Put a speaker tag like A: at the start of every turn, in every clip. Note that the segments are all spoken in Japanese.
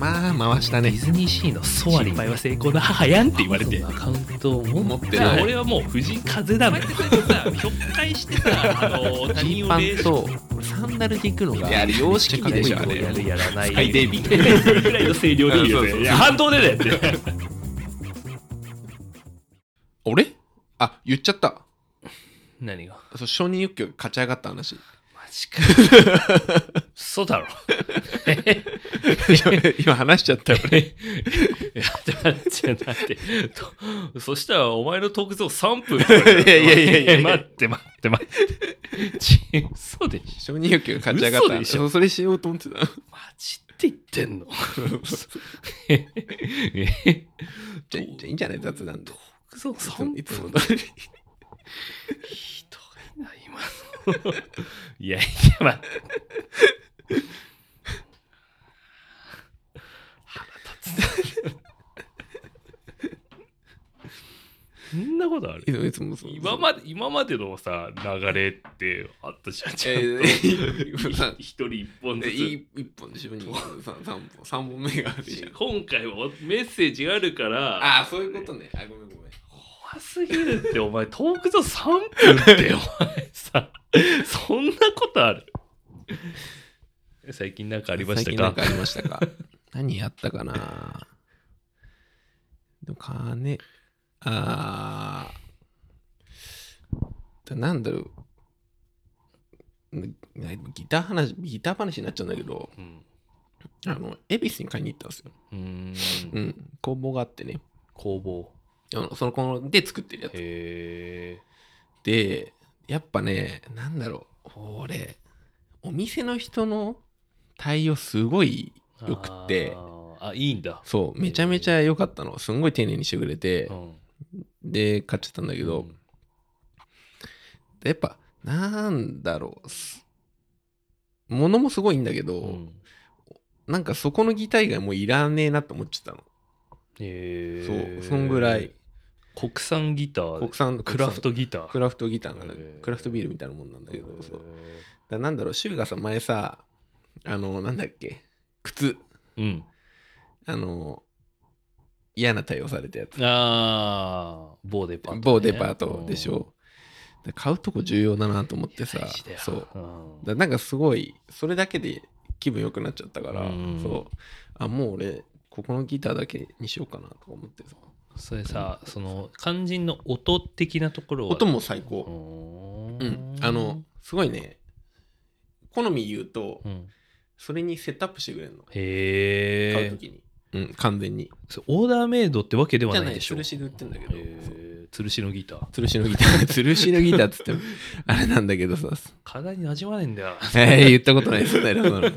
A: あー回した
B: デ
A: ね
B: ィズニーシーの
A: ソアリン
B: 失敗は成功の母やんって言われて
A: アマゾンのアカウントを持って
B: じゃあ
A: ない
B: 俺はもう藤井風だ
C: こ
B: も
C: うんやってそうやってさ、ひょっかいしてさ、あの他
A: ジ
C: 人
A: ー
C: を
A: パ
C: 礼
A: ンとサンダルで行くのが
D: いやあれ様式
A: 式美
D: 美で
A: で
D: し
A: し
D: ょ
A: ょ
D: あれ
B: やるやらない
D: スカイデイビング
B: ぐらいの声量でいいよ
D: うんそうそうそ
B: ね
D: う
B: いや反動でだよって
D: 俺あ言っちゃった
B: 何が
D: そう承認欲求が勝ち上がった話い
B: マジか嘘だろ
D: や 今話しちゃったよね
B: えいやだってだってとそしたらお前のトークゾーン3分とかだよ
D: いやいやいやいやいや
B: 待って待って待って ち嘘でし
D: 承
B: ょ
D: 認欲求が勝ち上がった
B: 嘘でしょ
D: そうそれしようと思ってた
B: マジって言って んのええ
D: じゃあじゃあいいんじゃない雑談で
B: トークゾーン3分
D: いつもいつも
B: ひどいな、今の。 いや、いや、まあ。腹立つ。 そんなことある
D: いつもいつもそう
B: 今まで今までのさ流れってあったじゃんちゃんと、
D: えー
B: 一人一本ず
D: で
B: つ
D: いい一本でしょ2本3本3本目があるじゃん
B: 今回はメッセージがあるから
D: ああそういうことねあごめんごめん
B: 怖すぎるってお前トークゾーン3分ってお前さ そんなことある最近なんかありまし
D: 最
B: た
D: 近な
B: か
D: んかありました か何やったかなでも金あーなんだろうんギター話ギター話になっちゃうんだけど
B: うん
D: あの恵比寿に買いに行ったんですよ、
B: うーん
D: うん、工房があってね
B: 工房
D: あのその工房で作ってるやつ
B: へ
D: でやっぱねなんだろう俺お店の人の対応すごい
B: え
D: よくって
B: あいいんだ
D: そうめちゃめちゃ良かったのすんごい丁寧にしてくれて
B: うん
D: で買っちゃったんだけど、
B: うん
D: やっぱなんだろうす物もすごいんだけど、
B: うん
D: なんかそこのギター以外もういらねえなって思っちゃったの、
B: へえ
D: そうそんぐらい
B: 国産ギター
D: 国産の
B: クラフトギター
D: クラフトギターなの
B: へえ
D: クラフトビールみたいなもんなんだけど、そうだか
B: へ
D: らなんだろう柊がさ前さあのなんだっけ靴
B: えうん
D: あの嫌な対応されたやつ
B: ああ某デパートね
D: 某デパートでしょ、だから買うとこ重要だなと思ってさ
B: 大事だよ
D: そう
B: うん
D: だなんかすごいそれだけで気分良くなっちゃったから、
B: うん
D: そうあもう俺ここのギターだけにしようかなとか思ってさ
B: それさその肝心の音的なところは
D: 音も最
B: う
D: 高う
B: ー
D: んあのすごいね好み言うと、
B: うん
D: それにセットアップしてくれるの買う
B: へえ
D: 時に、うん完全に
B: オーダーメイドってわけでは
D: じゃ
B: な
D: ないい
B: でしょ
D: 吊るしで売ってんだけど、そう
B: へー吊るしのギター
D: 吊るしのギター吊るしのギターっつ ってもあれなんだけどさ
B: 体に馴染まないんだよ
D: えー、言ったことないですね。そんなの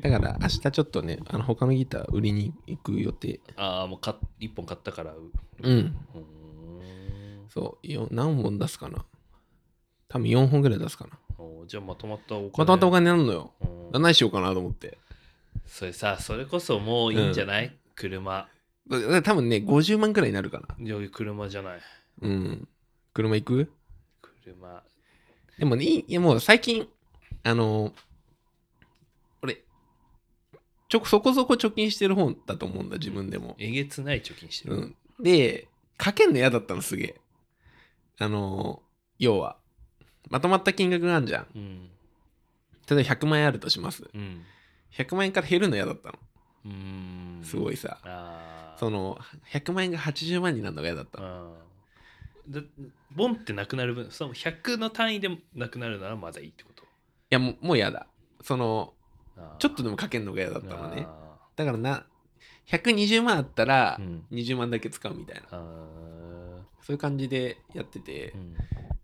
D: だから明日ちょっとね、あの他のギター売りに行く予定。
B: ああもうか一本買ったからう
D: うん。
B: ーん
D: そう、よ何本出すかな多分4本ぐらい出すかな。
B: おーじゃあまとまったお金
D: まとまったお金なんのよ。
B: うん
D: 何しようかなと思って。
B: それさそれこそもういいんじゃない車
D: だだ多分ね、50万くらいになるかな。
B: いや車じゃない
D: うん。車行く
B: 車
D: でもね、いいいやもう最近、あの、俺、ちょ、そこそこ貯金してる方だと思うんだ、自分でも。
B: えげつない貯金してる
D: うん、でかけんの嫌だったのすげえあのー要はまとまった金額があるじゃん
B: うん
D: 例えば100万円あるとします
B: うん
D: 100万円から減るの嫌だったの
B: うーん
D: すご
B: い
D: いさ、
B: ああ
D: その100万円が80万になるのが嫌だったの、
B: うんだボンってなくなる分その100の単位でなくなるならまだいいってこと
D: いやもうもう嫌だその
B: あー
D: ちょっとでもかけんのが嫌だったのね
B: あ
D: だからな120万あったら
B: ーうん
D: 20万だけ使うみたいな、
B: あ
D: そういう感じでやってて、
B: ーうん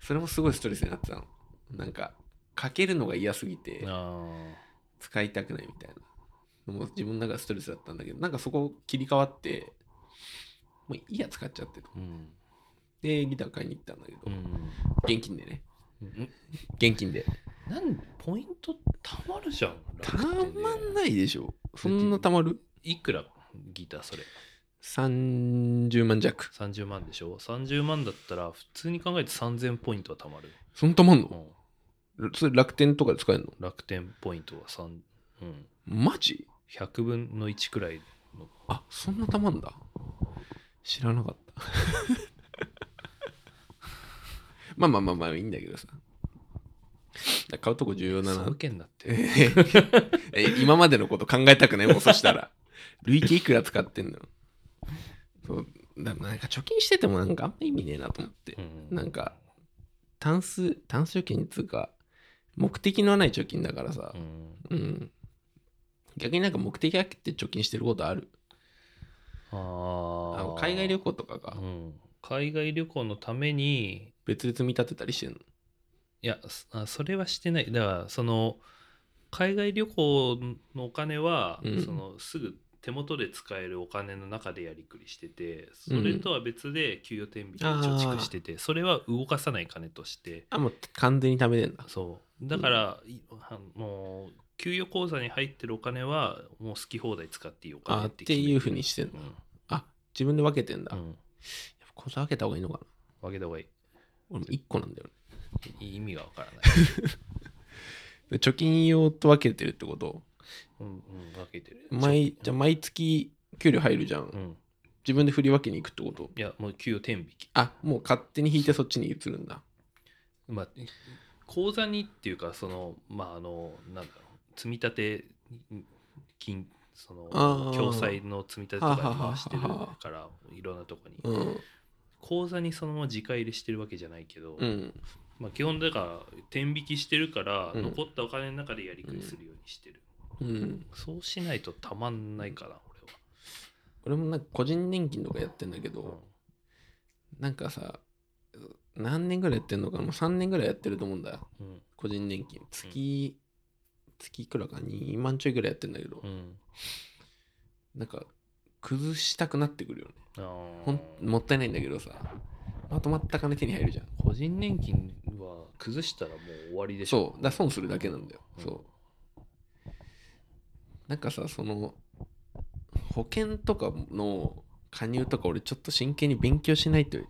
D: それもすごいストレスになってたのなんかかけるのが嫌すぎて、
B: あ
D: 使いたくないみたいなのも自分の中でストレスだったんだけどなんかそこ切り替わってもういいや使っちゃってと
B: ーうん
D: でギター買いに行ったんだけど、
B: うん
D: 現金でね
B: うん
D: 現金で
B: なんポイントたまるじゃん
D: たまん
B: い
D: ないでしょそんなたまる
B: いくらギターそれ
D: 30万弱
B: 30万でしょ30万だったら普通に考えて3000ポイントはたまる、
D: そんなたまん
B: う
D: の
B: ん、
D: それ楽天とかで使えるの
B: 楽天ポイントは3うん
D: マジ
B: 100分の1くらいの
D: あそんなたまんだ知らなかった まあまあまあまあいいんだけどさだ買うとこ重要だな
B: そうけんだって
D: ええ今までのこと考えたくないもんそしたら累計いくら使ってんのそうだなんか貯金しててもなんかあんま意味ねえなと思って
B: うん
D: なんか単数単数貯金っつうか目的のない貯金だからさ
B: う
D: う
B: ん
D: ん逆になんか目的あって貯金してることある
B: あ
D: あの
B: ー
D: 海外旅行とかが
B: うん海外旅行のために
D: 別々見立てたりしてんの
B: いやそあそれはしてないだからその海外旅行のお金は、
D: うん
B: そのすぐ手元で使えるお金の中でやりくりしててそれとは別で給与天引きで貯蓄してて、それは動かさない金として
D: あもう完全に貯めてんだ
B: そうだから、いあもう給与口座に入ってるお金はもう好き放題使っていいお
D: あ
B: 金
D: っ
B: って
D: て
B: 決め
D: いうふうにしてんだあ自分で分けてんだ、
B: う
D: やっ
B: ん、
D: ぱこれ分けた方がいいのかな
B: 分けた方がい
D: 俺も1個なんだよね
B: い意味がわからない、
D: で貯金用と分けてるってこと
B: うんうん、分けてる
D: 毎じゃあ毎月給料入るじゃん、
B: うん、
D: 自分で振り分けに行くってこと
B: いやもう給与天引き
D: あもう勝手に引いてそっちに移るんだ
B: まあ、口座にっていうかそのまああのなんだろう積み立て金そ
D: あ
B: の
D: ー
B: 共済の積み立てとかに回してる
D: はははは
B: からいろんなとこに
D: うん
B: 口座にそのまま直入れしてるわけじゃないけど、
D: うん
B: まあ、基本だから天引きしてるから
D: うん
B: 残ったお金の中でやりくりするようにしてる、
D: うん
B: そうしないとたまんないかな俺
D: 俺もなんか個人年金とかやってんだけ
B: は
D: ど、なんかさ何年ぐらいやってんのかなもう3年ぐらいやってると思うんだよ
B: うん
D: 個人年金月、月いくらか2万ちょいぐらいやってんだけど、
B: うん
D: なんか崩したくなってくるよね
B: あ
D: ほん
B: ー
D: もったいないんだけどさまとまった金手に入るじゃん
B: 個人年金は崩したらもう終わりでしょ
D: そうだから損するだけなんだよ、
B: うん
D: そうなんかさその保険とかの加入とか俺ちょっと真剣に勉強しないとい
B: う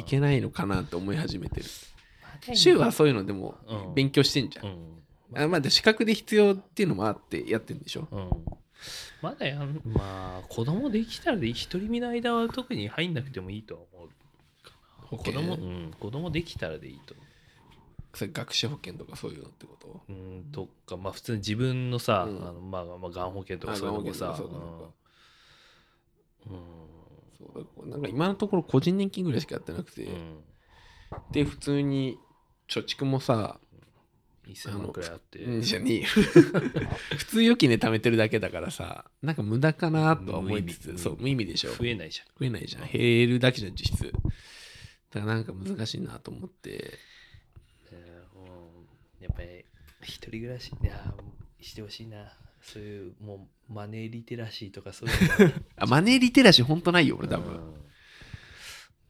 B: ん
D: けないのかなって思い始めてる
B: うん
D: 週はそういうのでも
B: うん
D: 勉強してんじゃん、
B: うん
D: あまあで資格で必要っていうのもあってやってんでしょ
B: うんまだやんまあ子供できたらで独り身の間は特に入んなくてもいいとは思う
D: 保
B: 子
D: 険
B: 供、うん、子供できたらでいいと思
D: それ学資保険とかそういうのってこと
B: ううんとかまあ普通に自分のさ、
D: うん
B: あのまあまあがん保険とか
D: あ
B: そういうのも
D: がん
B: さ
D: 保険とかそういうのか
B: う
D: そうだからなんか今のところ個人年金ぐらいしかやってなくて、
B: ん、うん
D: で普通に貯蓄もさ、
B: 1000万くらいあって
D: うん、じゃねえよ 普通預金で貯めてるだけだからさなんか無駄かなとは思いつ
B: 無意
D: つ
B: 味
D: そう無意味でしょ
B: 増えないじゃん
D: 増えないじゃん減るだけじゃん実質だからなんか難しいなと思って
B: えーうんやっぱり一人暮らしいやーしてほしいなそういうもうマネーリテラシーとかそういうのが
D: あマネーリテラシーほんとないよ俺多
B: う
D: 分、
B: ん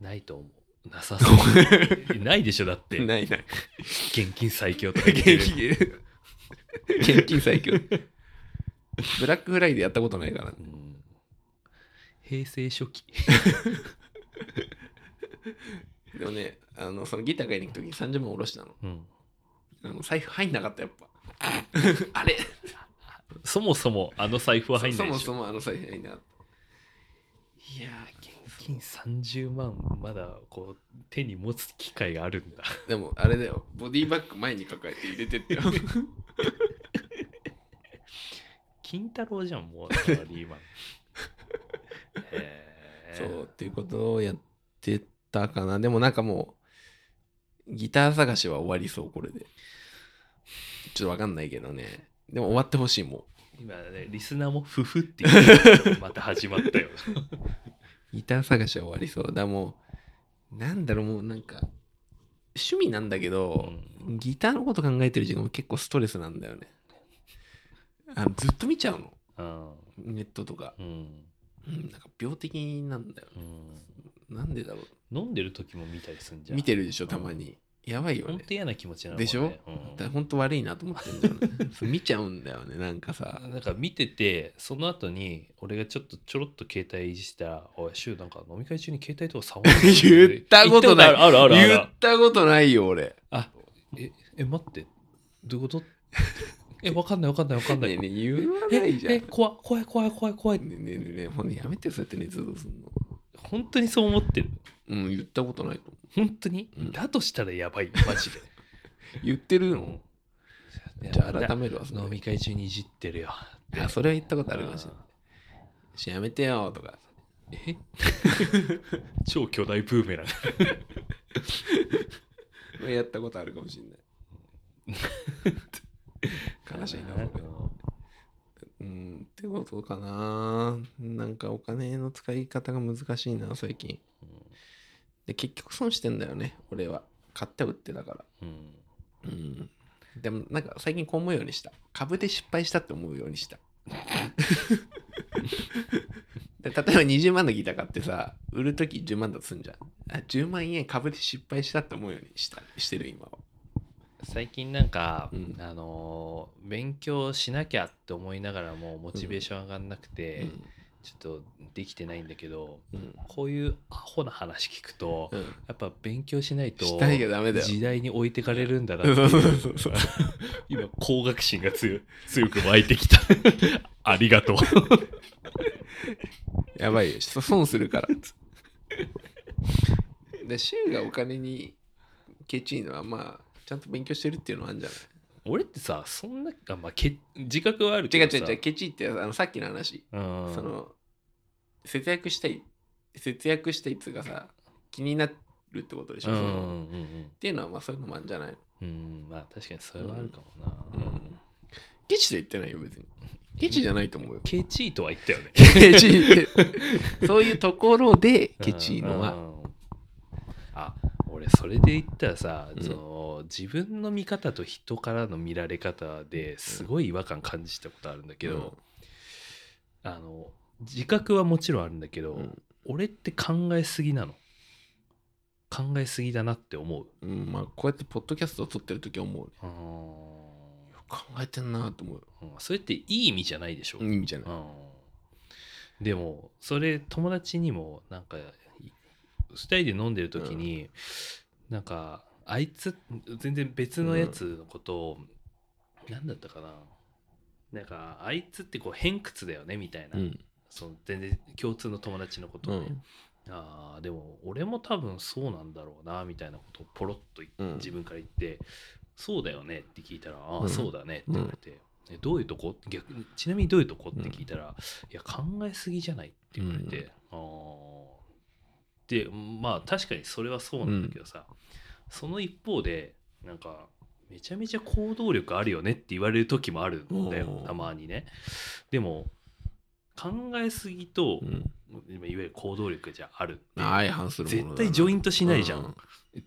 B: ないと思うなさそうないでしょだって
D: ないない
B: 現金最強とか言って
D: 現
B: る
D: 金現金最 強ブラックフライでやったことないから
B: うん平成初期
D: でもねあのそのギター買いに行く時に30万下ろしたの
B: うん
D: あの財布入んなかったやっぱあれ
B: そもそもあの財布は入ん
D: そ
B: ない
D: も
B: でし
D: そ
B: ょ
D: もあの財布入んなかった
B: いやー現金30万まだこう手に持つ機会があるんだ
D: でもあれだよボディバッグ前に抱えて入れてってよ
B: 金太郎じゃんもうサラリ ーマンへ ー
D: そうっていうことをやってたかなでもなんかもうギター探しは終わりそうこれでちょっとわかんないけどねでも終わってほしいも
B: 今ねリスナーもフフって言ってるまた始ま ったよ
D: うギター探しは終わりそうだからもうなんだろうもうなんか趣味なんだけど、ギターのこと考えてる時間も結構ストレスなんだよねあのずっと見ちゃうの
B: うん
D: ネットとか、
B: うん
D: うん、なんか病的なんだよ
B: うん
D: なんでだろう
B: 飲んでる時も見たりすんじゃん
D: 見てるでしょたまに、やばいよ
B: ほん
D: ね
B: と嫌な気持ちなの
D: でしょ、
B: うん
D: だほんと悪いなと思ってんだよ ねそう見ちゃうんだよねなんかさ
B: なんか見ててその後に俺がちょっとちょろっと携帯いじしたら「おい柊なんか飲み会中に携帯とか触る
D: 言ったことない
B: 言ったあるあるあるあ
D: 言
B: る
D: ったことないよ俺
B: あええ待ってどういうこと え、わかんないわかんないわかんな
D: ねえね
B: い。
D: え言わないじゃん。
B: え、
D: ね
B: 怖い怖い怖い怖い怖い
D: え。ねえねえねえほんとやめてよそうやって熱造すんの。
B: 本当にそう思ってる。
D: うん、言ったことないと思
B: 本当に、
D: うん
B: だとしたらやばい、マジで。
D: う。言ってる
B: うん
D: のじゃあ改めるわ。その
B: 飲み会中にいじってるよ。
D: あ、それは言ったことあるかもしれない。しやめてよとか。え
B: 超巨大ブーメラン。
D: やったことあるかもしれ ない。悲しいな。俺うん、ってことかな。なんかお金の使い方が難しいな、最近。で、結局損してんだよね、俺は。買って売ってだから。
B: うん。
D: うん。でも、なんか最近こう思うようにした。株で失敗したって思うように した。で例えば20万のギター買ってさ、売るとき10万だとすんじゃん。あ10万円株で失敗したって思うようにしたしてる今は。
B: 最近なんか、
D: うん
B: あのー勉強しなきゃって思いながらもモチベーション上がんなくて、ちょっとできてないんだけど
D: うんうん
B: こういうアホな話聞くと
D: うん
B: やっぱ勉強しないと
D: したいけどダメだよ。
B: 時代に置いてかれるんだな
D: そ
B: っ
D: う
B: て
D: そ
B: いうう
D: そうそう。
B: 今高学心が強い強く湧いてきた ありがとう
D: やばいよ。そ損する から。で、シュウがお金にケチいのは、まあ、ちゃんと勉強してるっていうのはあるんじゃない
B: 俺ってさそんなあ、まあ、け自覚はある
D: 違
B: け
D: う
B: どさ
D: 違う違う、ケチってあのさっきの話。
B: うん
D: その、節約したい、節約したいっつうかさ、気になるってことでしょ。
B: うんう
D: そ
B: ん
D: のっ
B: うん
D: ていうのは、まあそういうのもあるんじゃない
B: うんうんまあ確かにそれはあるかも
D: う
B: な、
D: ん。ケチと言ってないよ、別に。ケチじゃないと思うよ。
B: ケチーとは言ったよね
D: ケチって。そういうところでケチいの
B: う
D: は。
B: んうんあ俺それで言ったらさ、
D: うん
B: その自分の見方と人からの見られ方ですごい違和感感じたことあるんだけど、あの自覚はもちろんあるんだけど、
D: うん
B: 俺って考えすぎなの考えすぎだなって思う
D: うん、まあこうやってポッドキャストを撮ってるときは思うね。
B: う
D: 考えてんなと思う。
B: んそれっていい意味じゃないでしょ、
D: 意味じゃない。
B: うんでもそれ友達にもなんかい二人で飲んでる時に、なんかあいつ全然別のやつのことを、なんだったかななんかあいつってこう偏屈だよねみたいな、
D: うん。
B: その全然共通の友達のこと
D: う
B: をね、
D: ん。
B: あーでも俺も多分そうなんだろうなみたいなことをポロッと言っ
D: うん
B: 自分から言って「そうだよね」って聞いたら「あ
D: う
B: あ
D: ん
B: そうだね」って言われて「えどういうとこ?」逆にちなみにどういうとこって聞いたら「いや考えすぎじゃない」って言われて「ああ」でまあ確かにそれはそうなんだけどさその一方でなんかめちゃめちゃ行動力あるよねって言われる時もあるんだよ
D: おー
B: たまにねでも考えすぎと
D: うん。
B: 今いわゆる行動力じゃあるって
D: 相反するもの
B: 絶対ジョイン
D: ト
B: トしないじゃん、。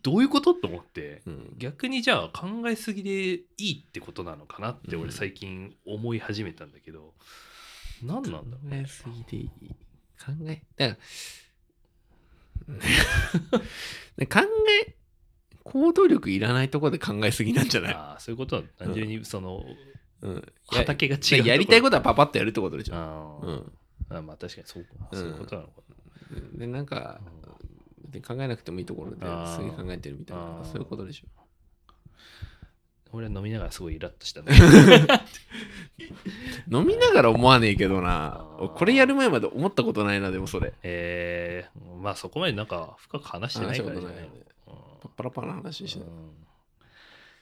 B: どういうことと思って
D: うん。
B: 逆にじゃあ考えすぎでいいってことなのかなって
D: うん
B: 俺最近思い始めたんだけど、何なんだろ
D: 考
B: う
D: えすぎでいい。考え、だから、 考え、行動力いらないところで考えすぎなんじゃない
B: ああそういうことは単純にその
D: うん。
B: 畑が違う
D: ややりたい
B: こ
D: ことはパパッとやるってことでし
B: と
D: ょ。う
B: あー
D: ん。
B: あまあ確かにそうか
D: うん
B: そういうことなのか
D: で、なんか、で考えなくてもいいところですぐ考えてるみたい
B: あ
D: な、
B: ー
D: そういうことでしょ。
B: 俺は飲みながらすごいイラッとしたね
D: 飲みながら思わねえけどな
B: あー
D: これやる前まで思ったことないなでもそれ
B: えー、まあそこまでなんか深く話してないからじゃない
D: 話した
B: うん
D: パッパラパラな話しな
B: うん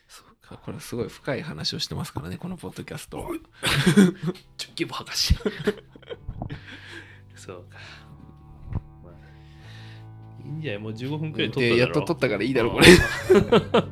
B: そうか
D: これすごい深い話をしてますからねこのポッドキャストは
B: ちょっと博士 そうか、まあ、いいんじゃないもう15分くらい撮っただろ
D: でやっと撮ったからいいだろこれ
B: ああ